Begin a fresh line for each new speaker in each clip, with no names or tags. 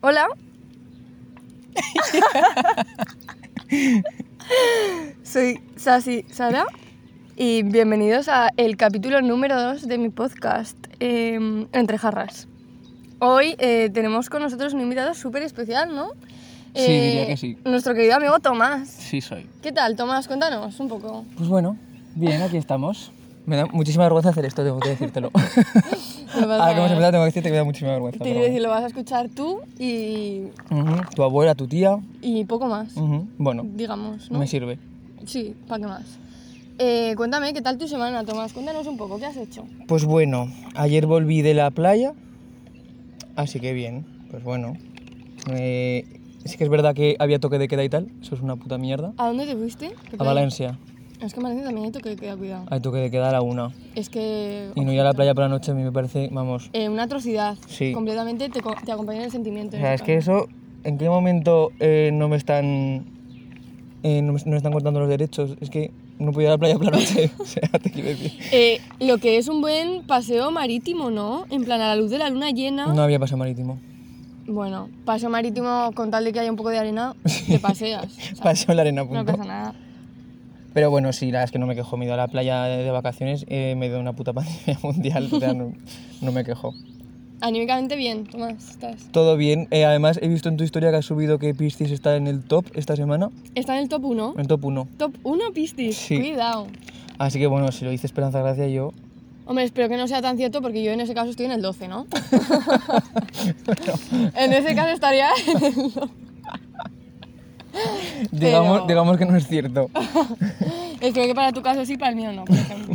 Hola. Soy Sasi Sara y bienvenidos a el capítulo número 2 de mi podcast eh, Entre Jarras. Hoy eh, tenemos con nosotros un invitado súper especial, ¿no? Eh,
Sí, diría que sí.
Nuestro querido amigo Tomás.
Sí, soy.
¿Qué tal, Tomás? Cuéntanos un poco.
Pues bueno, bien, aquí estamos. Me da muchísima vergüenza hacer esto, tengo que decírtelo.
No pasa
Ahora que hemos
nada.
empezado, tengo que decirte que Ah, me da muchísima vergüenza.
Te
pero
quiero decir, lo vas a escuchar tú y,
bueno. Ujú, Tu abuela, tu tía.
y poco más,
ujú, Bueno,
digamos, ¿no?
Mm. me sirve.
Sí, ¿para qué más? Eh, cuéntame, ¿qué tal tu semana, Tomás? Cuéntanos un poco, ¿qué has hecho?
Pues bueno, ayer volví de la playa, así que bien, pues bueno. Eh, sí que es verdad que había toque de queda y tal, eso es una puta mierda.
¿A dónde te fuiste? ¿Qué
A
playa?
Valencia,
Es que en Valencia también hay toque de queda, cuidado.
hay toque de queda a la una.
Es que
Y no ir a la playa por la noche a mí me parece, vamos.
eh, una atrocidad.
Sí.
Completamente te, co- te acompaña el sentimiento.
O
en
sea, es
ese
que
caso.
eso, ¿en qué momento eh, no me están eh, no, me, no me están cortando los derechos? Es que no puedo ir a la playa por la noche. o sea, te quiero decir.
Eh, lo que es un buen paseo marítimo, ¿no? En plan, a la luz de la luna llena.
No había paseo marítimo.
Bueno, paseo marítimo con tal de que haya un poco de arena, te paseas. o sea,
Paseo en la arena,
Ah. no
punto.
pasa nada.
Pero bueno, sí, la verdad es que no me quejo. Me he ido a la playa de, de vacaciones, eh, me dio una puta pandemia mundial. O sea, no, no me quejo.
Anímicamente bien, Tomás, estás.
Todo bien. eh, además, he visto en tu historia que has subido que Piscis está en el top esta semana,
Está en el top 1.
en el top 1.
Top 1 Pistis,
Sí.
cuidado.
Así que bueno, si lo dice Esperanza Gracia, yo.
Hombre, espero que no sea tan cierto porque yo en ese caso estoy en el 12, ¿no? en ese caso estaría en el
Digamos,
Pero-
digamos que no es cierto.
Espero Eh, que para tu caso sí, para el mío no, por ejemplo.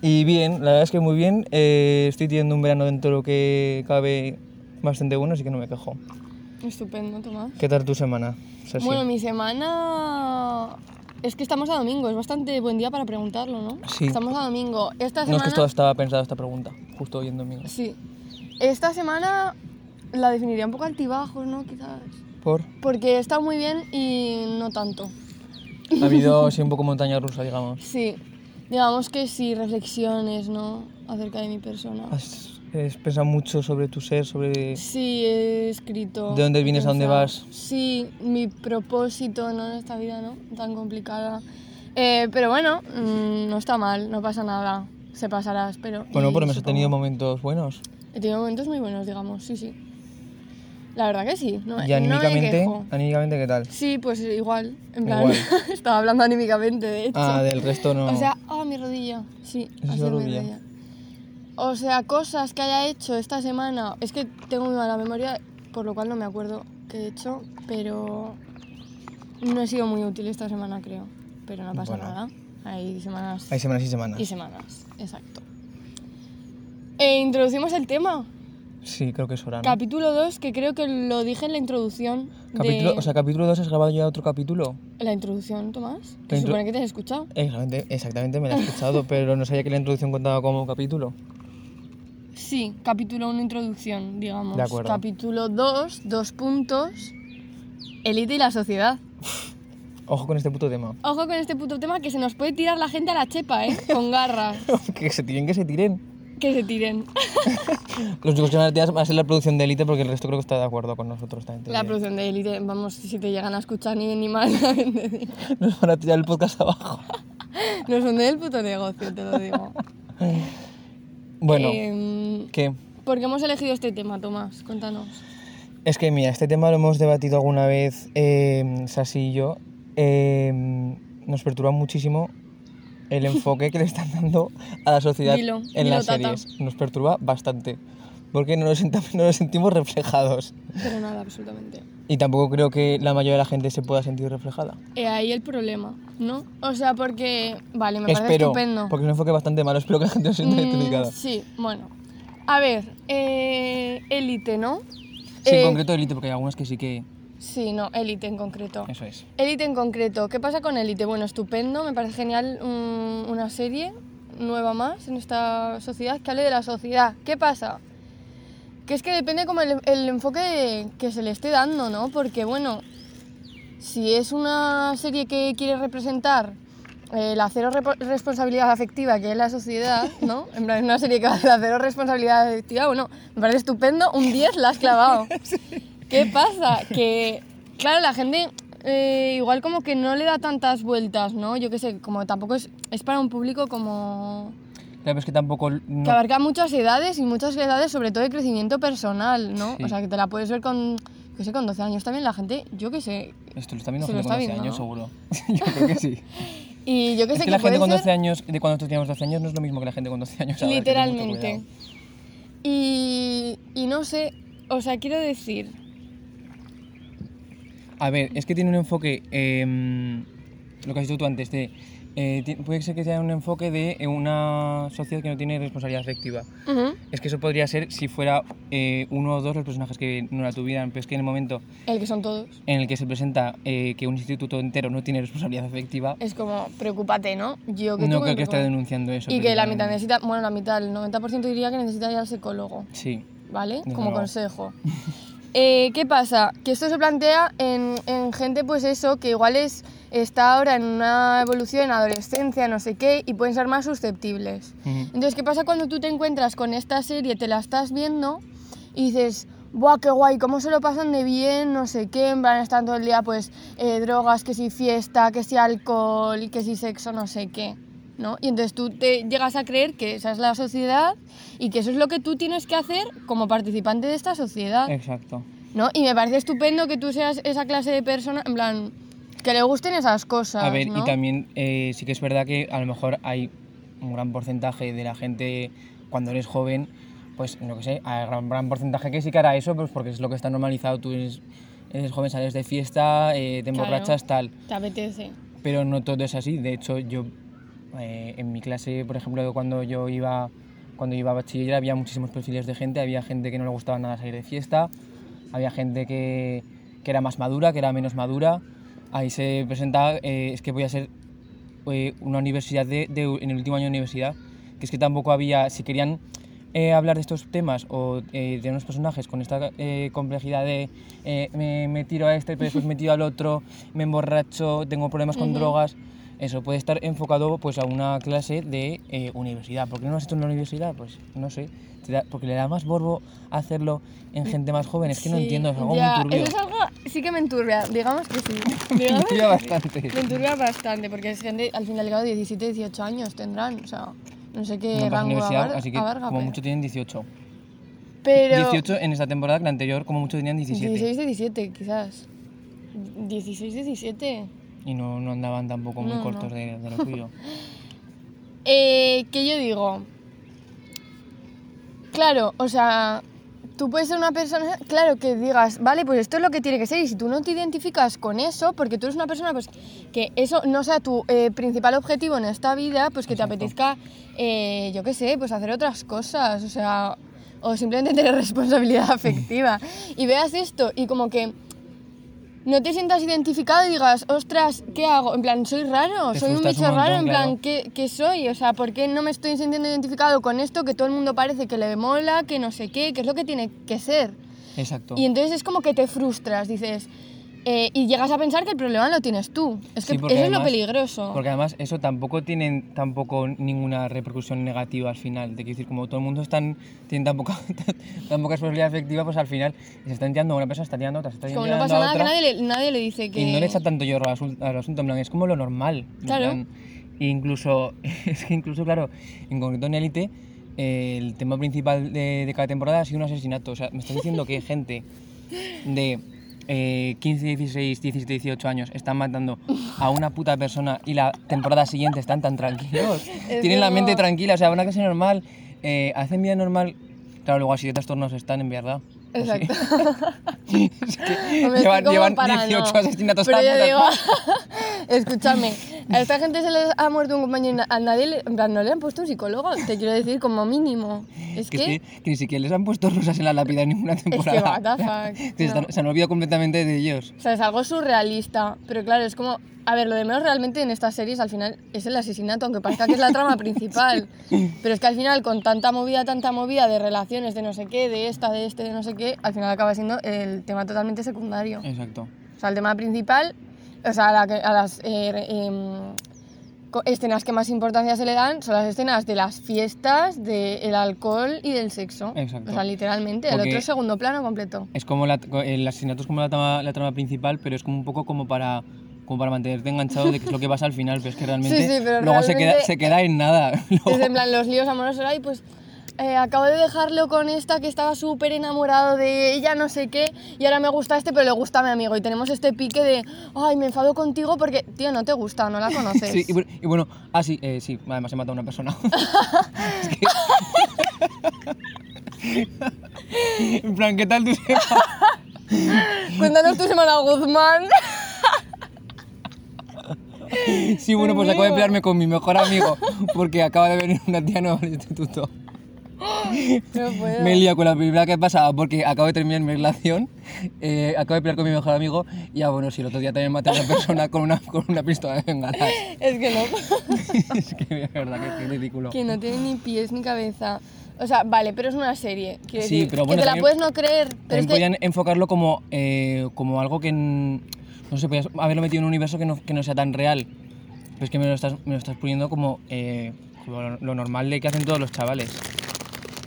Y bien, la verdad es que muy bien. eh, estoy teniendo un verano dentro de lo que cabe bastante bueno, así que no me quejo.
Estupendo, Tomás.
¿Qué tal tu semana? Sasi?
Bueno, mi semana... Es que estamos a domingo, es bastante buen día para preguntarlo, ¿no?
Sí.
Estamos a domingo. Esta
No
semana...
es que esto estaba pensado esta pregunta, justo hoy en domingo.
Sí. Esta semana la definiría un poco altibajos, ¿no? Quizás.
Por.
Porque está muy bien y no tanto.
Ha habido así un poco montaña rusa, digamos.
Sí, digamos que sí, reflexiones, ¿no? Acerca de mi persona.
Has, has pensado mucho sobre tu ser, sobre.
Sí, he escrito.
¿De dónde
he
vienes, a dónde
pensado.
vas?
Sí, mi propósito, ¿no? En esta vida, ¿no? Tan complicada. Eh, pero bueno, mm, no está mal, no pasa nada. Se pasará, espero.
Bueno,
y
por lo menos has
supongo-
tenido momentos buenos.
He tenido momentos muy buenos, digamos, sí, sí. La verdad que sí, no,
y
no me
anímicamente,
quejo.
anímicamente, ¿qué tal?
Sí, pues igual, en plan,
Igual.
estaba hablando anímicamente, de hecho.
Ah, del resto no.
O sea, ah, mi rodilla. Sí,
Esa
ha
es
sido
la
mi
rodilla.
rodilla. O sea, cosas que haya hecho esta semana. Es que tengo muy mala memoria, por lo cual no me acuerdo qué he hecho, pero no he sido muy útil esta semana, creo. Pero no pasa
Bueno.
nada. Hay semanas
Hay semanas y semanas.
y semanas, exacto. E introducimos el tema.
Sí, creo que es hora. ¿no?
Capítulo 2, que creo que lo dije en la introducción.
Capítulo-
de-
O sea, capítulo 2 has grabado ya otro capítulo.
La introducción, Tomás.
La
Que
intro-
supone que te has escuchado.
Exactamente, exactamente me la he escuchado, pero no sabía que la introducción contaba como capítulo.
Sí, capítulo 1, introducción, digamos.
De acuerdo.
Capítulo 2, dos puntos, élite y la sociedad.
Ojo con este puto tema.
Ojo con este puto tema que se nos puede tirar la gente a la chepa, ¿eh? Con garras.
que se tiren, que se tiren.
Que se tiren.
Los únicos que van a tirar va a ser la producción de élite porque el resto creo que está de acuerdo con nosotros también. te
La
diré.
producción de élite, vamos, si te llegan a escuchar ni bien ni mal, también te digo.
Nos van a tirar el podcast abajo.
Nos hunde el puto negocio, te lo digo.
Bueno,
Em,
¿qué?
¿Por qué hemos elegido este tema, Tomás? Cuéntanos.
Es que mira, este tema lo hemos debatido alguna vez eh, Sasi y yo. Eh, nos perturba muchísimo el enfoque que le están dando a la sociedad
Dilo,
en
dilo,
las
tata.
series. Nos perturba bastante porque no nos senta- no nos sentimos reflejados.
Pero nada, absolutamente.
Y tampoco creo que la mayoría de la gente se pueda sentir reflejada.
He Eh, ahí el problema, ¿no? O sea, porque. Vale, me parece
espero,
estupendo.
porque es un enfoque bastante malo, espero que la gente no se sienta
Mm,
identificada.
sí, bueno. A ver, eh, élite, ¿no?
Sí,
Eh,
en concreto élite, porque hay algunas que sí que...
Sí, no, élite en concreto.
Eso es.
Élite en concreto. ¿Qué pasa con élite? Bueno, estupendo, me parece genial mm, una serie nueva más en esta sociedad que hable de la sociedad. ¿Qué pasa? Que es que depende como el, el enfoque de- que se le esté dando, ¿no? Porque, bueno, si es una serie que quiere representar eh, la cero repo- responsabilidad afectiva que es la sociedad, ¿no? En plan, una serie que va de la cero responsabilidad afectiva, bueno, me parece estupendo, un 10 la has clavado. ¿Qué pasa? Que, claro, la gente eh, igual como que no le da tantas vueltas, ¿no? Yo qué sé, como tampoco es, es para un público como...
Claro, es que tampoco... no-
Que abarca muchas edades y muchas edades, sobre todo de crecimiento personal, ¿no?
Sí.
O sea, que te la puedes ver con, yo qué sé, con 12 años también la gente, yo qué sé.
Esto lo está viendo
Se lo
gente con 12
está
años,
viendo,
seguro. Yo creo que sí.
Y yo qué
es
sé
que la gente
puede
con
ser-
12 años, de cuando nosotros teníamos 12 años, no es lo mismo que la gente con 12 años ahora, que ten mucho
Literalmente.
cuidado.
Y, y no sé, o sea, quiero decir,
A ver, es que tiene un enfoque, em, lo que has dicho tú antes, de, eh, ti- puede ser que sea un enfoque de eh, una sociedad que no tiene responsabilidad afectiva. Es que eso podría ser si fuera eh, uno o dos los personajes que no la tuvieran, pero es que en el momento
el que son todos,
en el que se presenta eh, que un instituto entero no tiene responsabilidad afectiva,
es como, preocúpate, ¿no? Yo que
no
tengo
creo que
me
esté
preocupo.
denunciando eso.
Y que la mitad
precisamente.
necesita, bueno, la mitad, el 90% diría que necesita ir al psicólogo,
Sí,
¿vale?
Desde
Como
luego.
consejo. Eh, ¿Qué pasa? Que esto se plantea en, en gente, pues eso, que igual es, está ahora en una evolución, en adolescencia, no sé qué, y pueden ser más susceptibles.
Ujú.
Entonces, ¿qué pasa cuando tú te encuentras con esta serie, te la estás viendo y dices, ¡buah, qué guay! ¿Cómo se lo pasan de bien? No sé qué, en plan, están todo el día, pues, eh, drogas, que si fiesta, que si alcohol, que si sexo, no sé qué. ¿No? Y entonces tú te llegas a creer que esa es la sociedad y que eso es lo que tú tienes que hacer como participante de esta sociedad.
exacto.
¿no? Y me parece estupendo que tú seas esa clase de persona, en plan, que le gusten esas cosas.
A ver,
¿no?
y también eh, sí que es verdad que a lo mejor hay un gran porcentaje de la gente cuando eres joven, pues no que sé, hay un gran, gran porcentaje que sí que hará eso, pues porque es lo que está normalizado, tú eres, eres joven, sales de fiesta, eh, te
Claro.
emborrachas, tal.
Te apetece.
Pero no todo es así. De hecho, yo eh, en mi clase, por ejemplo, cuando yo iba cuando iba a bachiller había muchísimos perfiles de gente. Había gente que no le gustaba nada salir de fiesta. Había gente que, que era más madura, que era menos madura. Ahí se presenta, eh, es que voy a ser eh, una universidad de, de- en el último año de universidad, que es que tampoco había, si querían eh, hablar de estos temas o eh, de unos personajes con esta eh, complejidad de eh, me, me tiro a este, pero después me tiro al otro, me emborracho, tengo problemas con
Ujú.
drogas, eso puede estar enfocado pues a una clase de eh, universidad. ¿Por qué no lo has hecho en la universidad? Pues no sé, te da- porque le da más borbo hacerlo en gente más joven, es que no
Sí,
entiendo, es algo
ya,
muy turbio.
Eso es algo, sí que me enturbia, digamos que sí. Digamos
Me enturbia
que sí.
bastante.
Me enturbia bastante, porque es gente, al final, claro, 17, 18 años tendrán, o sea, no sé qué
No pasa
rango
universidad,
abar-
así que
abarca,
como
pero-
mucho tienen 18.
pero
18 en esta temporada, que la anterior como mucho tenían 17.
16, 17 quizás. 16, 17.
Y no, no andaban tampoco muy
No, no.
cortos De, de lo suyo.
Eh, que yo digo, claro, o sea, tú puedes ser una persona, claro, que digas, vale, pues esto es lo que tiene que ser, y si tú no te identificas con eso, porque tú eres una persona pues, que eso no sea tu eh, principal objetivo en esta vida, pues que te
Exacto.
apetezca, eh, yo qué sé, pues hacer otras cosas, o sea, o simplemente tener responsabilidad afectiva, y veas esto y como que... No te sientas identificado y digas, ostras, ¿qué hago? En plan, soy raro,
Te
soy un
frustras
bicho
un montón,
raro, en plan,
claro.
¿qué, qué soy? O sea, ¿por qué no me estoy sintiendo identificado con esto que todo el mundo parece que le mola, que no sé qué, que es lo que tiene que ser?
Exacto.
Y entonces es como que te frustras, dices, eh, y llegas a pensar que el problema lo tienes tú. Es que
Sí,
eso
porque
es lo
además-
peligroso.
Porque además eso tampoco tienen tampoco ninguna repercusión negativa al final. Te quiero decir, como todo el mundo están, tiene tan poca, tan poca responsabilidad afectiva, pues al final se están tirando a una persona, se está tirando a otra, se está
Como
tirando
no pasa
a
nada, que
otra.
nadie le, nadie le dice que...
Y no le echa tanto hierro al asunto, al asunto, en plan, es como lo normal. en
Claro.
plan, incluso, es que incluso, claro, en concreto en Elite, eh, el tema principal de, de cada temporada ha sido un asesinato. O sea, me estás diciendo que gente de eh, 15, 16, 17, 18 años están matando a una puta persona y la temporada siguiente están tan tranquilos.
Es
Tienen la
como-
mente tranquila, o sea, van a clase normal, eh, hacen vida normal. Claro, luego así de trastornos están, en verdad. Pues sí.
Exacto.
Es que
Hombre, es que
llevan
como
llevan
para,
18
no.
asesinatos
Pero
tan
yo
putas-
digo, escúchame, a esta gente se les ha muerto un compañero y na- a nadie le, en plan, no le han puesto un psicólogo, te quiero decir, como mínimo. Es
que,
que,
es que- que ni siquiera les han puesto rosas en la lápida en ninguna temporada.
what the fuck,
Se, están-
no.
se han olvidado completamente de ellos.
o sea, es algo surrealista, pero claro, es como, a ver, lo de menos realmente en estas series al final es el asesinato, aunque parezca que es la trama principal. Pero es que al final, con tanta movida, tanta movida de relaciones, de no sé qué, de esta, de este, de no sé qué, al final acaba siendo el tema totalmente secundario.
Exacto.
O sea, el tema principal, o sea, a, la que- a las eh, re- em, co- escenas que más importancia se le dan son las escenas de las fiestas, del alcohol y del sexo.
Exacto.
O sea, literalmente, el
Porque-
otro es segundo plano completo.
Es como la, el asesinato es como la trama, la trama principal, pero es como un poco como para como para mantenerte enganchado de qué es lo que pasa al final, pero es que realmente
Sí, sí, pero
luego se queda
realmente-
se queda en nada. Luego-
Es en plan los líos amorosos, ay, pues eh, acabo de dejarlo con esta que estaba súper enamorado de ella, no sé qué, y ahora me gusta este, pero le gusta a mi amigo. Y tenemos este pique de, ay, me enfado contigo porque, tío, no te gusta, no la conoces.
Sí, y, bu- y bueno, ah, sí, eh, sí, además he matado a una persona. Es que- en plan, ¿qué tal tu semana?
Cuéntanos tu semana, Guzmán.
Sí, bueno, pues acabo de
Amigo.
pelearme con mi mejor amigo porque acaba de venir una tía nueva al instituto.
No puedo.
Me he liado con la primera que he pasado porque acabo de terminar mi relación, eh, acabo de pelear con mi mejor amigo y ah, bueno, sí, el otro día también maté a una persona con una, con una pistola de bengala.
Es que no.
es que de verdad que es ridículo.
Que no tiene ni pies ni cabeza. O sea, vale, pero es una serie. Quiero
Sí,
decir,
pero
que
bueno,
te la
también-
puedes no creer. Pero es
También
que,
podían enfocarlo como, eh, como algo que, n- no sé, podías haberlo metido en un universo que no, que no sea tan real. Pero es que me lo estás, me lo estás poniendo como, eh, como lo, lo normal de que hacen todos los chavales.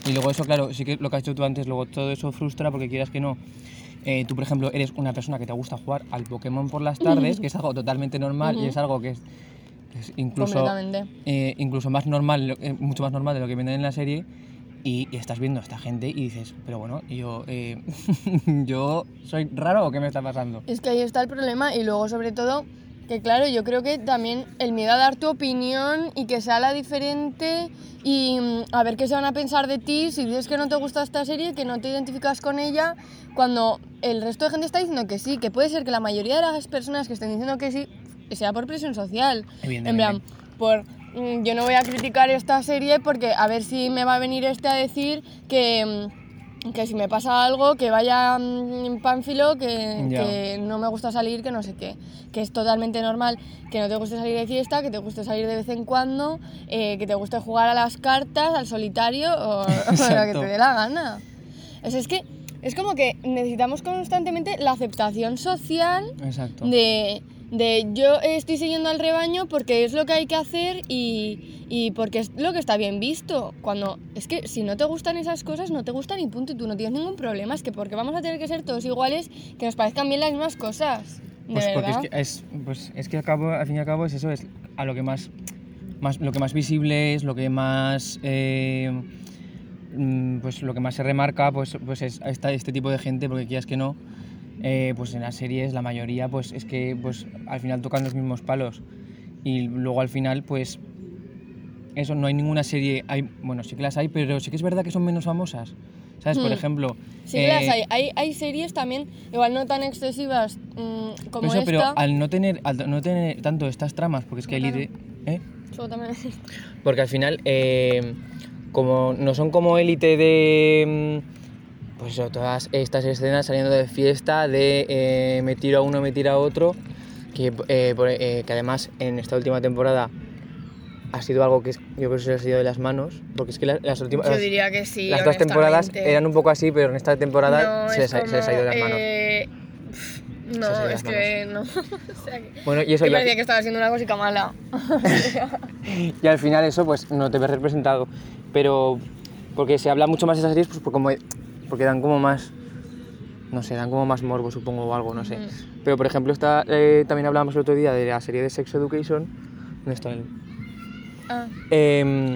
Y luego eso, claro, sí que lo que has hecho tú antes, luego todo eso frustra porque quieras que no. Eh, tú, por ejemplo, eres una persona que te gusta jugar al Pokémon por las tardes, que es algo totalmente normal y es algo que es, que es incluso,
Completamente.
eh, incluso más normal, lo- eh, mucho más normal de lo que venden en la serie. Y, y estás viendo a esta gente y dices, pero bueno, y yo, eh, yo soy raro o qué me está pasando.
Es que ahí está el problema y luego sobre todo que claro, yo creo que también el miedo a dar tu opinión y que sea la diferente y mm, a ver qué se van a pensar de ti si dices que no te gusta esta serie, que no te identificas con ella, cuando el resto de gente está diciendo que sí, que puede ser que la mayoría de las personas que estén diciendo que sí sea por presión social. En
Evidentemente.
plan, por mm, yo no voy a criticar esta serie porque a ver si me va a venir este a decir que, mm, que si me pasa algo, que vaya mm, Pánfilo, que,
Ya.
que no me gusta salir, que no sé qué. Que es totalmente normal que no te guste salir de fiesta, que te guste salir de vez en cuando, eh, que te guste jugar a las cartas, al solitario o, o lo que
Exacto.
te dé la gana. O sea, es que es como que necesitamos constantemente la aceptación social
Exacto.
de, de yo estoy siguiendo al rebaño porque es lo que hay que hacer y, y porque es lo que está bien visto. Cuando es que si no te gustan esas cosas, no te gustan y punto, y tú no tienes ningún problema. Es que porque vamos a tener que ser todos iguales, que nos parezcan bien las mismas cosas. De
Pues porque
verdad.
es que, es, pues es que al, cabo, al fin y al cabo es eso, es a lo que más, más, lo que más visible es, lo que más, eh, mm, pues lo que más se remarca, pues, pues es a esta- este tipo de gente, porque quieras que no, eh, pues en las series la mayoría, pues es que pues al final tocan los mismos palos y luego al final, pues eso no hay ninguna serie, hay, bueno sí que las hay, pero sí que es verdad que son menos famosas, sabes, por
Hmm.
ejemplo.
Sí, las
eh,
hay. hay. hay series también, igual no tan excesivas mm, como
Pues eso,
esta.
pero al no tener al no tener tanto estas tramas porque es que hay
Claro.
lide- ¿eh?
Yo también-
porque al final eh, como no son como élite de mm, pues eso, todas estas escenas saliendo de fiesta de eh, me tiro a uno me tiro a otro que, eh, por- eh, que además en esta última temporada ha sido algo que es- yo creo que se le ha sido de las manos porque es que la- las, últimas
Yo
las-
diría que sí.
las dos temporadas
honestamente.
eran un poco así pero en esta temporada
No,
se, les
es
ha, se les ha ido de las
como,
manos
eh, pf,
Se les ha ido
no,
de
es
las
que no. o sea, que,
bueno y eso
que
ya-
parecía que estaba haciendo una cosita mala.
Y al final eso pues no te ves representado. Pero porque se habla mucho más de esas series pues por como- porque dan como más, no sé, dan como más morbo supongo o algo, no sé. Pero por ejemplo está, también hablábamos el otro día de la serie de Sex Education. ¿Dónde está él?
Ah,
Em,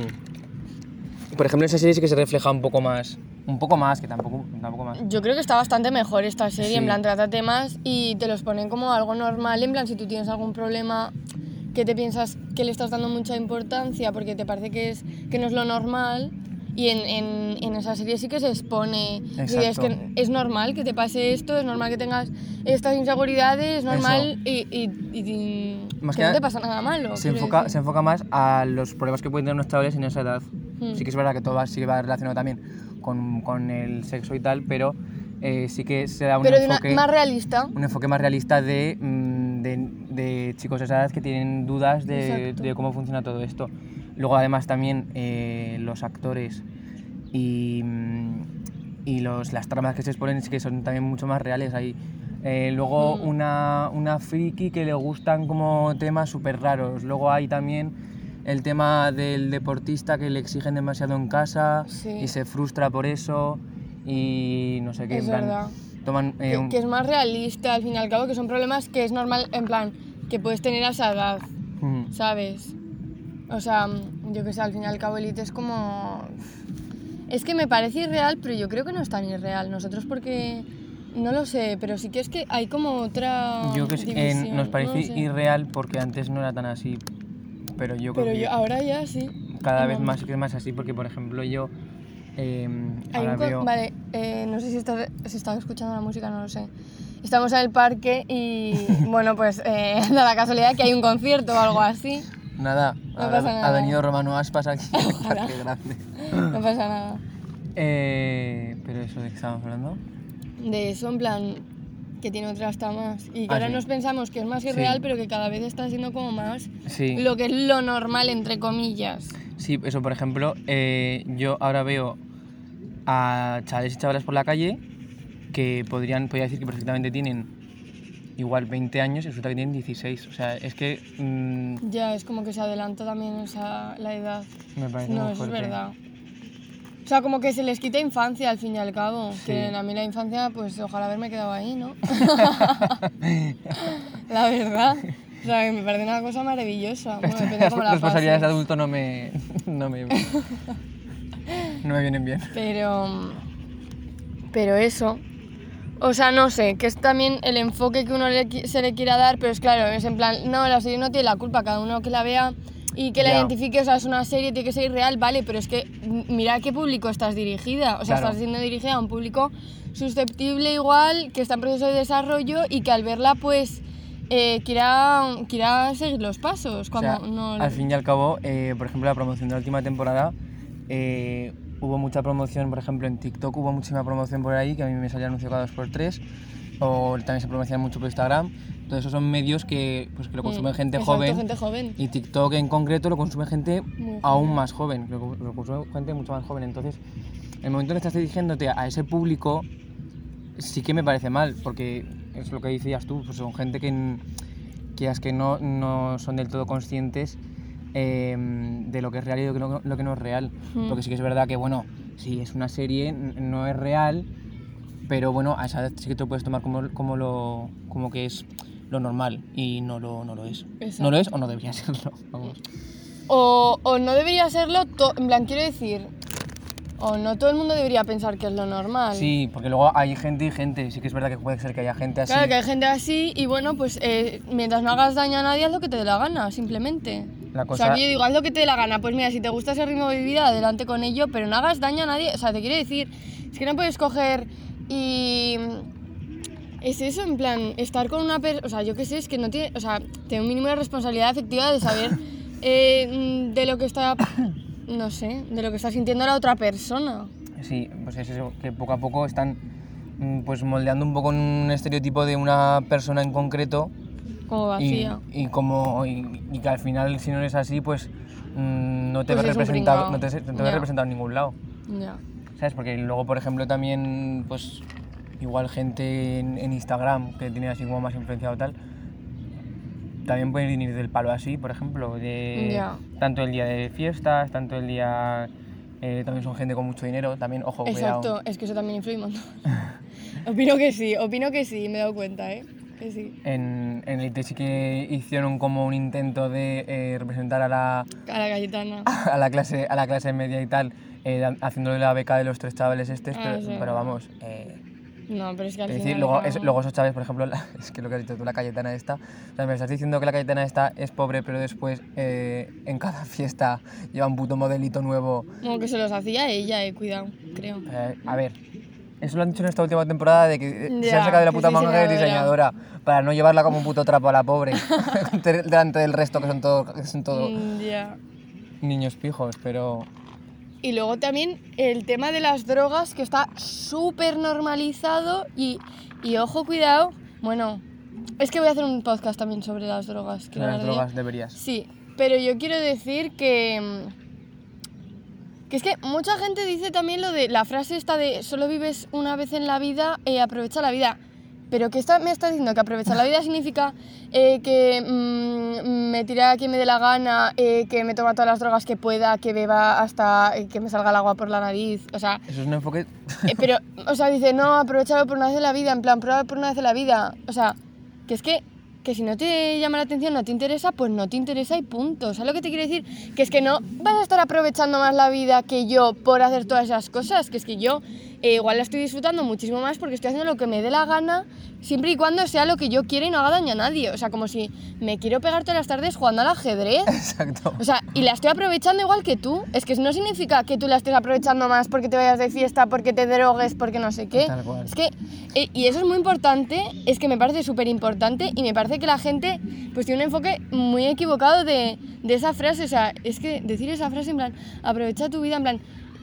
por ejemplo esa serie sí que se refleja un poco más, un poco más, que tampoco, tampoco más.
yo creo que está bastante mejor esta serie, en
Sí.
plan trata temas y te los ponen como algo normal, en plan si tú tienes algún problema que te piensas que le estás dando mucha importancia porque te parece que, es, que no es lo normal. Y en, en, en esa serie sí que se expone. y Es,
Exacto.
que es normal que te pase esto, es normal que tengas estas inseguridades, es normal y, y, y- y
Más
que,
que
no
nada,
te pasa nada malo.
Se
quiero
enfoca,
decir.
se enfoca más a los problemas que pueden tener unos chavales en esa edad.
Mm.
Sí que es verdad que todo va, sí que va relacionado también con, con el sexo y tal, pero eh, sí que se da un
Pero de una,
enfoque
más realista.
un enfoque más realista de, mm, de, de chicos de esa edad que tienen dudas de,
Exacto.
de cómo funciona todo esto. Luego además también eh, los actores y, mm, y los, las tramas que se exponen es que son también mucho más reales. Hay, Eh, luego
Mm.
una, una friki que le gustan como temas súper raros. Luego hay también el tema del deportista que le exigen demasiado en casa
Sí.
y se frustra por eso y no sé qué.
Es
en plan,
verdad.
Toman, eh,
Que,
un-
que es más realista, al fin y al cabo, que son problemas que es normal, en plan, que puedes tener a esa edad,
Mm.
¿sabes? O sea, mm, yo que sé, al fin y al cabo Elite es como... Es que me parece irreal, pero yo creo que no es tan irreal. Nosotros porque... No lo sé, pero sí que es que hay como otra...
Yo que sé, en-
división, no
nos
lo
parece
sé.
irreal porque antes no era tan así, pero yo creo
Pero
que
yo, ah, ahora ya sí.
cada
en
vez
un
más que es más así porque, por ejemplo, yo em,
Hay
ahora
un co-
veo...
Vale, eh, no sé si estás, si estás escuchando la música, no lo sé. Estamos en el parque y, bueno, pues eh, da la casualidad que hay un concierto o algo así.
Nada, ha,
pasa nada.
ha venido Romano Aspas aquí, qué grande.
No pasa nada.
Eh, pero eso de qué estábamos hablando.
De eso, en plan, que tiene otra hasta más. Y que
Ah,
ahora
sí.
nos pensamos que es más irreal,
Sí.
pero que cada vez está siendo como más
Sí,
lo que es lo normal, entre comillas.
sí, eso por ejemplo, eh, yo ahora veo a chavales y chavalas por la calle que podrían, podría decir que perfectamente tienen igual 20 años y resulta que tienen 16. O sea, es que mm,
Ya, es como que se adelanta también esa, la edad.
me parece
No,
muy
eso es
fuerte.
verdad. O sea, como que se les quita infancia al fin y al cabo. Que
Sí.
a mí la infancia, pues ojalá haberme quedado ahí, ¿no? la verdad. O sea, que me parece una cosa maravillosa. Bueno, depende
Las
cómo la pases.
responsabilidades de adulto no me, no me, no me vienen bien.
Pero. Pero eso. O sea, no sé, que es también el enfoque que uno le qui- se le quiera dar, pero es claro, es en plan, no, la serie no tiene la culpa, cada uno que la vea y que la
Ya.
identifique, o sea, es una serie, tiene que ser real, vale, pero es que m- mira a qué público estás dirigida, o sea,
Claro.
estás siendo dirigida a un público susceptible igual, que está en proceso de desarrollo y que al verla, pues, eh, quiera, quiera seguir los pasos,
O
cuando
sea,
no...
Al fin y al cabo, eh, por ejemplo, la promoción de la última temporada, eh, hubo mucha promoción, por ejemplo, en TikTok hubo muchísima promoción por ahí, que a mí me salía anuncio cada dos por tres, o también se promocionan mucho por Instagram. Todos esos son medios que, pues, que lo consumen
Mm,
gente
exacto,
joven.
gente joven.
Y TikTok en concreto lo consume gente
Muy
aún más joven, lo, lo consume gente mucho más joven. Entonces, el momento en que estás dirigiéndote a ese público, sí que me parece mal, porque es lo que decías tú, pues son gente que, n- que las que no, no son del todo conscientes eh, de lo que es real y de lo que no, lo que no es real.
Mm.
Porque sí que es verdad que, bueno, si es una serie, n- no es real, pero bueno, a esa edad sí que te lo puedes tomar como, como, lo, como que es lo normal y no lo, no lo es. No lo es o no debería serlo. Vamos.
O, o no debería serlo, to- en plan, quiero decir, o no todo el mundo debería pensar que es lo normal.
Sí, porque luego hay gente y gente. Sí que es verdad que puede ser que haya gente así.
Claro que hay gente así y bueno, pues eh, mientras no hagas daño a nadie, haz lo que te dé la gana, simplemente.
La
O
cosa-
sea, que yo digo, haz lo que te dé la gana. Pues mira, si te gusta ese ritmo de vida, adelante con ello, pero no hagas daño a nadie. O sea, te quiero decir, es que no puedes coger y... Es eso, en plan, estar con una persona, o sea, yo qué sé, es que no tiene, o sea, tiene un mínimo de responsabilidad afectiva de saber eh, mm, de lo que está, no sé, de lo que está sintiendo la otra persona.
Sí, pues es eso, que poco a poco están mm, pues moldeando un poco un estereotipo de una persona en concreto
Como
y,
vacía.
y como y, y que al final si no eres así pues mm, no te
Pues
ves
es un pringao.
representado no te, ves- no te
Ya.
ves representado en ningún lado
Ya.
sabes porque luego por ejemplo también pues igual gente en, en Instagram que tiene así como más influenciado tal también pueden ir del palo así por ejemplo de
Ya.
tanto el día de fiestas tanto el día eh, también son gente con mucho dinero también ojo cuidado.
Exacto, es que eso también influye un montón. opino que sí, opino que sí, me he dado cuenta, ¿eh? Que sí.
En, en Elite sí que hicieron como un intento de eh, representar a la,
A la Cayetana.
a la clase a la clase media y tal, eh, da- haciéndole la beca de los tres chavales estos,
Ah,
pero,
sí.
pero vamos. eh,
No, pero es que al
es
final...
decir, luego, es-
no.
luego esos chavales, por ejemplo, la- es que lo que has dicho tú, la Cayetana esta, o sea, me estás diciendo que la Cayetana esta es pobre, pero después eh, en cada fiesta lleva un puto modelito nuevo.
Como que se los hacía ella, eh, cuidado, creo.
Eh, a ver, eso lo han dicho en esta última temporada de que eh, se
Ya,
han sacado de la
que
puta
es
manga que es
diseñadora.
diseñadora para no llevarla como un puto trapo a la pobre de- delante del resto que son todos que son todo
Mm, Ya.
niños pijos, pero
Y luego también el tema de las drogas, que está súper normalizado y, y ojo, cuidado. Bueno, es que voy a hacer un podcast también sobre las drogas. que la
las
verdad yo-
drogas deberías.
Sí, pero yo quiero decir que... mm, Que es que mucha gente dice también lo de la frase esta de solo vives una vez en la vida, eh, aprovecha la vida. pero que está, me está diciendo que aprovechar la vida significa eh, que mm, me tire a quien me dé la gana, eh, que me toma todas las drogas que pueda, que beba hasta eh, que me salga el agua por la nariz, o sea,
Eso es un enfoque...
eh, pero, o sea, dice, no, aprovechado por una vez de la vida, en plan, prueba por una vez de la vida, o sea, que es que, que si no te llama la atención, no te interesa, pues no te interesa y punto, ¿sabes lo que te quiero decir? Que es que no vas a estar aprovechando más la vida que yo por hacer todas esas cosas, que es que yo eh, igual la estoy disfrutando muchísimo más porque estoy haciendo lo que me dé la gana, siempre y cuando sea lo que yo quiera y no haga daño a nadie, o sea, como si me quiero pegarte las tardes jugando al ajedrez.
Exacto.
O sea, y la estoy aprovechando igual que tú. Es que no significa que tú la estés aprovechando más porque te vayas de fiesta, porque te drogues, porque no sé qué.
Tal cual.
Es que, eh, y eso es muy importante, es que me parece súper importante y me parece que la gente pues tiene un enfoque muy equivocado de, de esa frase. O sea, es que decir esa frase en plan, aprovecha tu vida, en plan,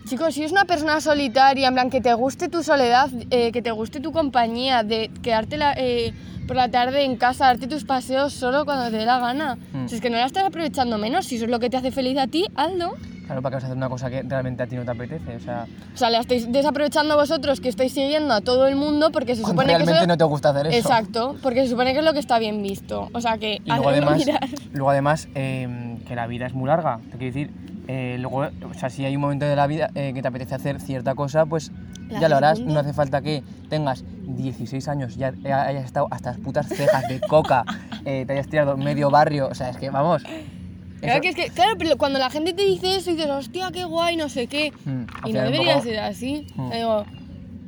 chicos, si eres una persona solitaria, en plan, que te guste tu soledad, eh, que te guste tu compañía, de quedarte la- eh, por la tarde en casa, darte tus paseos solo cuando te dé la gana.
Mm.
Si es que no la estás aprovechando menos, si eso es lo que te hace feliz a ti, hazlo.
Claro, para que vas a hacer una cosa que realmente a ti no te apetece. O sea,
O sea, la estáis desaprovechando vosotros que estáis siguiendo a todo el mundo porque se
cuando
supone que
realmente
eso...
no te gusta hacer eso.
Exacto, porque se supone que es lo que está bien visto. O sea que...
Y
hazlo
luego además,
mirar.
luego además eh, que la vida es muy larga. Te quiero decir, eh, luego, o sea, si hay un momento de la vida eh, que te apetece hacer cierta cosa, pues
La
ya lo harás.
segunda.
No hace falta que tengas 16 años, ya eh, hayas estado hasta las putas cejas de coca, eh, te hayas tirado medio barrio. O sea, es que vamos.
Claro,
eso-
que es que, claro, pero cuando la gente te dice eso y dices, hostia, qué guay, no sé qué.
Mm, al
Y no
final un
debería
poco-
ser así.
Mm.
O sea, digo,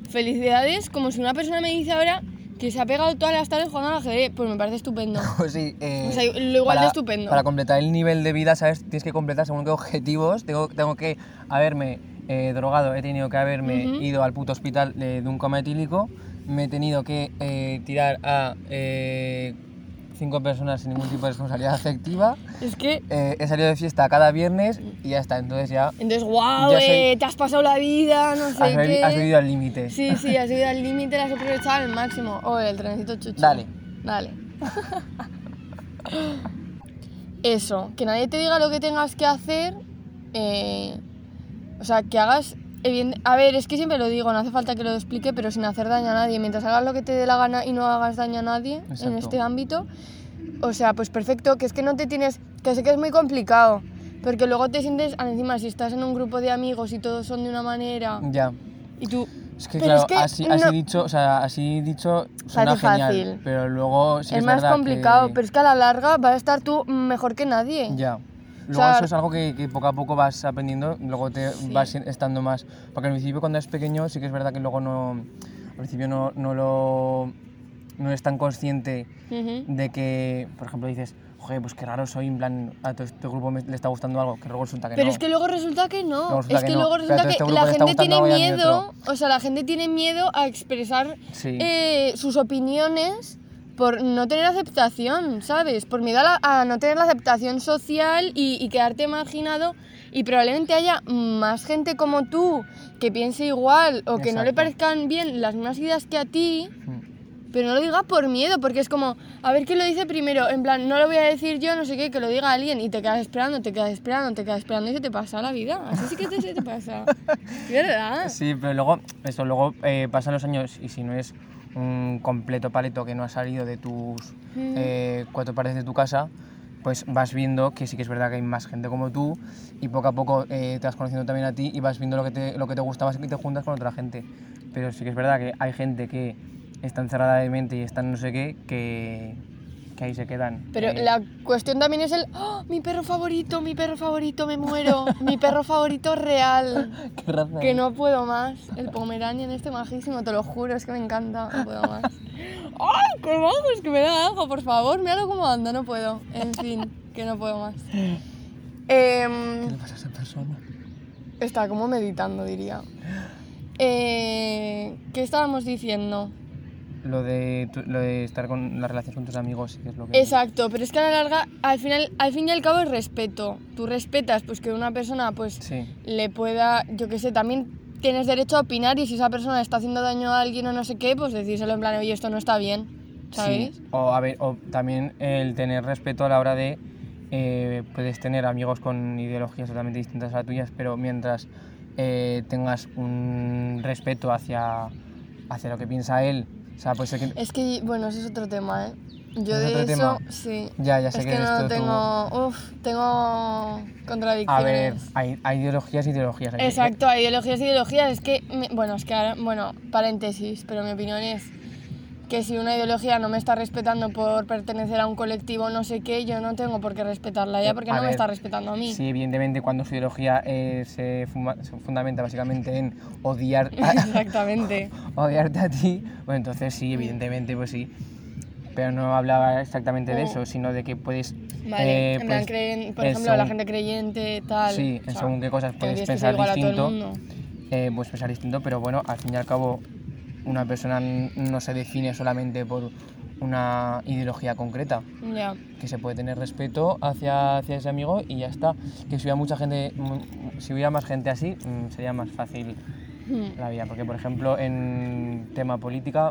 felicidades, como si una persona me dice ahora que se ha pegado todas las tardes jugando al ajedrez, pues me parece estupendo.
Pues sí, eh,
O sea, lo igual de
para,
estupendo.
Para completar el nivel de vida, ¿sabes? Tienes que completar según qué objetivos. Tengo, tengo que haberme eh, drogado, he tenido que haberme
Ujú.
ido al puto hospital eh, de un coma etílico, me he tenido que eh, tirar a eh, cinco personas sin ningún tipo de responsabilidad afectiva,
Es que,
eh, he salido de fiesta cada viernes y ya está. Entonces ya has,
entonces, wow,
Ya sé.
te has pasado la vida, no sé
bebi-
qué.
has vivido al límite.
Sí, sí, has ido al límite, la has aprovechado al máximo. O el trencito chucho.
Dale.
Dale. Eso, que nadie te diga lo que tengas que hacer. eh, o sea, que hagas. eviden- A ver, es que siempre lo digo, no hace falta que lo explique, pero sin hacer daño a nadie. Mientras hagas lo que te dé la gana y no hagas daño a nadie en
Exacto.
este ámbito. O sea, pues perfecto, que es que no te tienes. Que sé que es muy complicado. Porque luego te sientes, ah, encima, si estás en un grupo de amigos y todos son de una manera.
Ya.
Y tú,
Es que
Pero
claro,
es que
así, así
no-
dicho, o sea, así dicho suena
Parece
genial,
fácil.
pero luego sí que
es
es
más
verdad
complicado,
que-
pero es que a la larga vas a estar tú mejor que nadie.
Ya. Luego
sea,
eso es algo que, que poco a poco vas aprendiendo, luego te
Sí.
vas sien- estando más... Porque al principio cuando eres pequeño sí que es verdad que luego no... Al principio no, no lo... No eres tan consciente
Ujú.
de que, por ejemplo, dices, joder, pues qué raro soy, en plan, a todo este grupo me- le está gustando algo, que luego resulta que
Pero
no.
es que luego resulta que
Luego
no.
resulta
es que,
que no.
luego
Pero a
resulta
todo
que
este grupo
la
le está
gente tiene
gustando algo y a mí
miedo, o sea, la gente tiene miedo a expresar
Sí.
eh, sus opiniones por no tener aceptación, ¿sabes? Por miedo a, la- a no tener la aceptación social y, y quedarte marginado. Y probablemente haya más gente como tú que piense igual o que no le
Exacto.
parezcan bien las mismas ideas que a ti.
Mm,
Pero no lo digas por miedo, porque es como, a ver quién lo dice primero. En plan, no lo voy a decir yo, no sé qué, que lo diga alguien. Y te quedas esperando, te quedas esperando, te quedas esperando y se te pasa la vida. Así sí que te, se te pasa. Es ¿Verdad?
Sí, pero luego, eso, luego eh, pasan los años y si no es un completo paleto que no ha salido de tus
Mm.
eh, cuatro paredes de tu casa, pues vas viendo que sí que es verdad que hay más gente como tú y poco a poco eh, te vas conociendo también a ti y vas viendo lo que te, lo que te gusta más y te juntas con otra gente. Pero sí que es verdad que hay gente que está encerrada de mente y está en no sé qué, que, que ahí se quedan.
Pero
Eh,
la cuestión también es el, "Oh, mi perro favorito, mi perro favorito, me muero. mi perro favorito real.
qué raza
Que
es.
no puedo más. El Pomeranian este majísimo, te lo juro, es que me encanta. No puedo más. ¡Ay, qué bajo! Es que me da algo, por favor. Míralo cómo anda, no puedo. En fin, que no puedo más. Em,
¿Qué le pasa a esa persona?
está como meditando, diría. Eh, ¿Qué estábamos diciendo?
Lo de, tu- lo de estar con las relaciones con tus amigos sí que es lo que...
Exacto, pero es que a la larga, al, final, al fin y al cabo es respeto. Tú respetas pues que una persona pues
Sí,
le pueda, yo qué sé, también tienes derecho a opinar y si esa persona está haciendo daño a alguien o no sé qué, pues decírselo en plan, oye, esto no está bien, ¿sabes?
sí. O, a ver, o también el tener respeto a la hora de... eh, puedes tener amigos con ideologías totalmente distintas a las tuyas, pero mientras eh, tengas un respeto hacia, hacia lo que piensa él O sea, pues que...
Es que, bueno, eso es otro tema, ¿eh? Yo
¿Es
de
otro
eso,
tema?
sí.
Ya, ya sé
Es
que,
que
eres
no
todo tú.
tengo. Uf, tengo contradicciones.
A ver, hay, hay ideologías y ideologías. Hay-
Exacto, hay ideologías y ideologías. Es que, me- bueno, es que ahora, bueno, paréntesis, pero mi opinión es que si una ideología no me está respetando por pertenecer a un colectivo, no sé qué, yo no tengo por qué respetarla ya porque
Eh, A
no me
ver,
está respetando a mí.
Sí, evidentemente cuando su ideología eh, se, fuma- se fundamenta básicamente en odiar a,
Exactamente.
odiarte a ti, bueno, entonces sí, evidentemente, pues sí. Pero no hablaba exactamente de
Mm.
eso, sino de que puedes...
Vale,
eh,
en plan,
pues,
creen, por
en
ejemplo, la
segun-
gente creyente, tal.
Sí, en
o sea,
según qué cosas
que
puedes
tienes que ser
pensar
igual a todo el
distinto.
mundo.
eh, puedes pensar distinto, pero bueno, al fin y al cabo, una persona n- no se define solamente por una ideología concreta.
Ya.
que se puede tener respeto hacia, hacia ese amigo y ya está. Que si hubiera mucha gente, mm, si hubiera más gente así, mm, sería más fácil
Hmm,
la vida. Porque, por ejemplo, en tema política,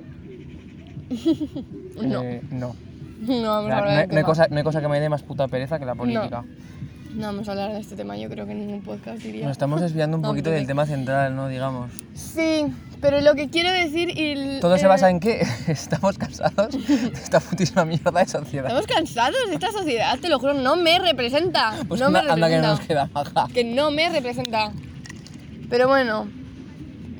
No,
eh, no.
no vamos a
No,
hablar
hay-
del
no hay
tema.
cosa, no hay cosa que me dé más puta pereza que la política.
No vamos a hablar de este tema, yo creo que en ningún podcast diría.
Nos estamos desviando un
No,
poquito
hombre.
del tema central, ¿no? Digamos.
Sí, pero lo que quiero decir y... el-
Todo se
eh,
basa en que estamos cansados de esta putísima mierda de sociedad.
Estamos cansados de esta sociedad, te lo juro, no me representa.
Pues
no me
anda, anda que no
representa.
nos queda baja.
que no me representa. Pero bueno,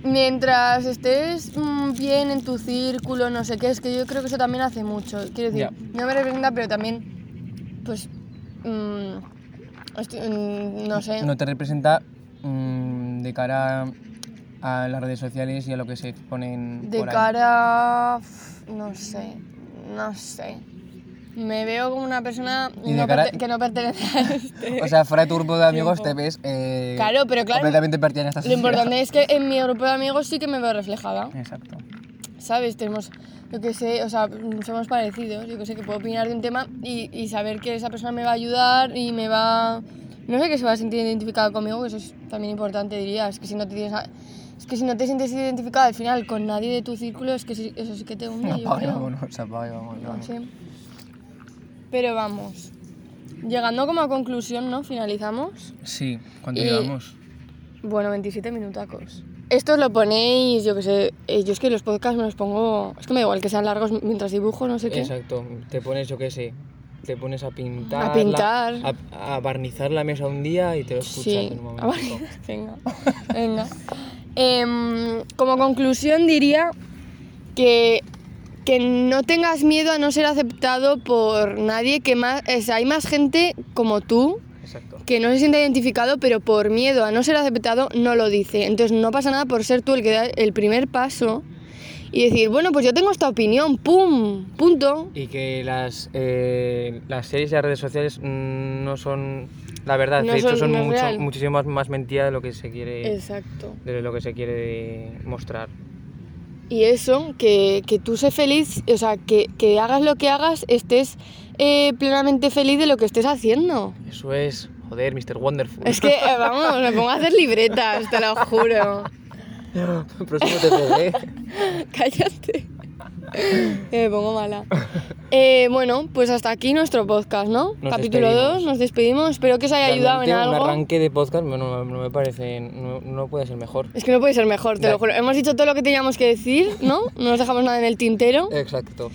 mientras estés mm, bien en tu círculo, no sé qué, es que yo creo que eso también hace mucho. Quiero decir,
Ya.
no me representa, pero también, pues, mm, estoy- mm, no sé.
No te representa mm, de cara a las redes sociales y a lo que se exponen
De
por ahí.
cara. pf, No sé. No sé. Me veo como una persona
Y de
no
cara-
perte- que no pertenece a este.
O sea, fuera de tu grupo de amigos
Tiempo.
te ves eh,
Claro, pero claro,
completamente perdida en esta
Lo
sociedad.
importante es que en mi grupo de amigos sí que me veo reflejada.
Exacto.
¿Sabes? Tenemos, yo que sé, o sea, mm, somos parecidos. Yo que sé que puedo opinar de un tema y, y saber que esa persona me va a ayudar y me va. No sé que se va a sentir identificada conmigo, que eso es también importante, diría. Es que si no te tienes. a- Es que si no te sientes identificada al final con nadie de tu círculo, es que sí- eso sí que te hunde. yo
Apague,
creo.
vámonos, apague, vámonos,
No
vámonos.
sé. Pero vamos. Llegando como a conclusión, ¿no? Finalizamos.
Sí, ¿cuánto
Y-
llevamos?
Bueno, 27 minutacos. Esto lo ponéis, yo que sé. eh, Yo es que los podcasts me los pongo. Es que me da igual que sean largos mientras dibujo, no sé qué.
Exacto, te pones, yo qué sé, te pones a pintar.
A pintar. la-
A, barnizar la mesa un día y te lo
Sí. Ah, vale. Venga. Venga. Em, como conclusión diría que, que no tengas miedo a no ser aceptado por nadie que más. o sea, hay más gente como tú
Exacto.
que no se siente identificado, pero por miedo a no ser aceptado no lo dice. Entonces no pasa nada por ser tú el que da el primer paso y decir, bueno, pues yo tengo esta opinión, ¡pum! Punto.
Y que las, eh, las series y las redes sociales mm, no son la verdad,
No
de hecho
son-
son
no es
mucho-
real.
muchísimo más, más mentira de lo que se quiere
Exacto.
de lo que se quiere mostrar.
Y eso, que, que tú seas feliz, o sea, que, que hagas lo que hagas, estés eh, plenamente feliz de lo que estés haciendo.
Eso es, joder, Mr. Wonderful.
Es que, eh, vamos, me pongo a hacer libretas, te lo juro.
Próximo ¿eh? TPD.
Cállate. Que me pongo mala. Eh, bueno, pues hasta aquí nuestro podcast, ¿no?
Nos
Capítulo
despedimos.
2, nos despedimos. Espero que os haya ayudado en
Realmente Un
algo.
arranque de podcast bueno, no, no me parece, no, no puede ser mejor.
Es que no puede ser mejor, te
Ya.
lo juro. Hemos dicho todo lo que teníamos que decir, ¿no? No nos dejamos nada en el tintero.
Eh. Exacto.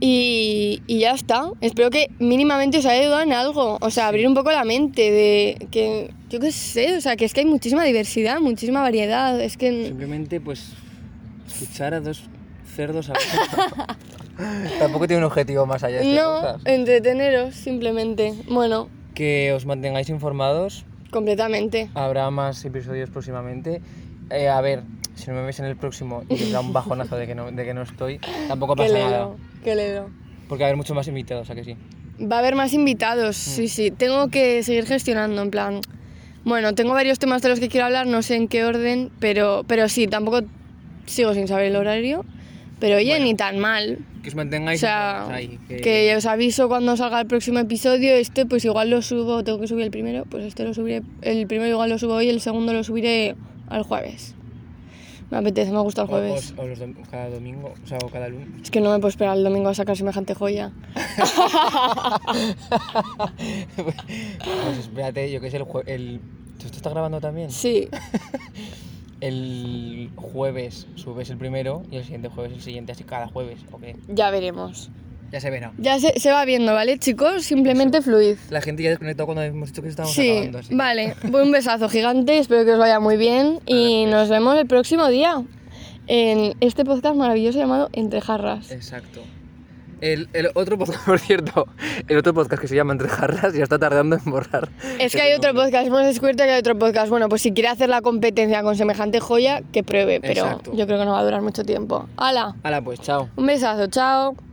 Y, y ya está. Espero que mínimamente os haya ayudado en algo. O sea, abrir un poco la mente de que, yo qué sé, o sea, que es que hay muchísima diversidad, muchísima variedad. Es que...
Simplemente, pues, escuchar a dos cerdos hablando. Tampoco tiene un objetivo más allá de este
No, eh.
podcast.
entreteneros, simplemente. Bueno,
Que os mantengáis informados.
completamente.
Habrá más episodios próximamente. Eh, a ver, si no me veis en el próximo y os da un bajonazo de que no, de que no estoy, tampoco
Qué
pasa
lelo,
nada.
qué lelo.
Porque va a haber muchos más invitados, ¿a que sí?
Va a haber más invitados, sí, sí. Tengo que seguir gestionando, en plan... Bueno, tengo varios temas de los que quiero hablar, no sé en qué orden, pero, pero sí, tampoco sigo sin saber el horario. Pero oye, ni tan mal.
Que os
O
mantengáis
sea,
informados ahí,
que... os aviso cuando salga el próximo episodio. Este, pues igual lo subo, tengo que subir el primero, pues este lo subiré, el primero igual lo subo hoy, el segundo lo subiré al jueves. Me apetece, me gusta el
o-
jueves.
o- o los dom- cada domingo, o sea, o cada lunes.
Es que no me puedo esperar el domingo a sacar semejante joya.
Pues espérate, yo que sé, el, jue- el... ¿Esto está grabando también?
Sí.
el jueves subes el primero y el siguiente jueves el siguiente, así cada jueves, ¿o qué?
Ya veremos.
Ya se verá.
Ya se, se va viendo, ¿vale, chicos? Simplemente fluid.
La gente ya desconectó cuando hemos dicho que estábamos
Sí,
acabando, así que-
vale. Pues un besazo gigante, espero que os vaya muy bien y nos vemos el próximo día en este podcast maravilloso llamado Entre Jarras.
Exacto. El, el otro podcast, por cierto, el otro podcast que se llama Entre Jarras ya está tardando en borrar.
Es que
ese
hay otro
nombre.
podcast, hemos descubierto que hay otro podcast. Bueno, pues si quiere hacer la competencia con semejante joya, que pruebe, pero
Exacto.
yo creo que no va a durar mucho tiempo. ¡Hala!
Hala, pues, chao.
Un besazo, chao.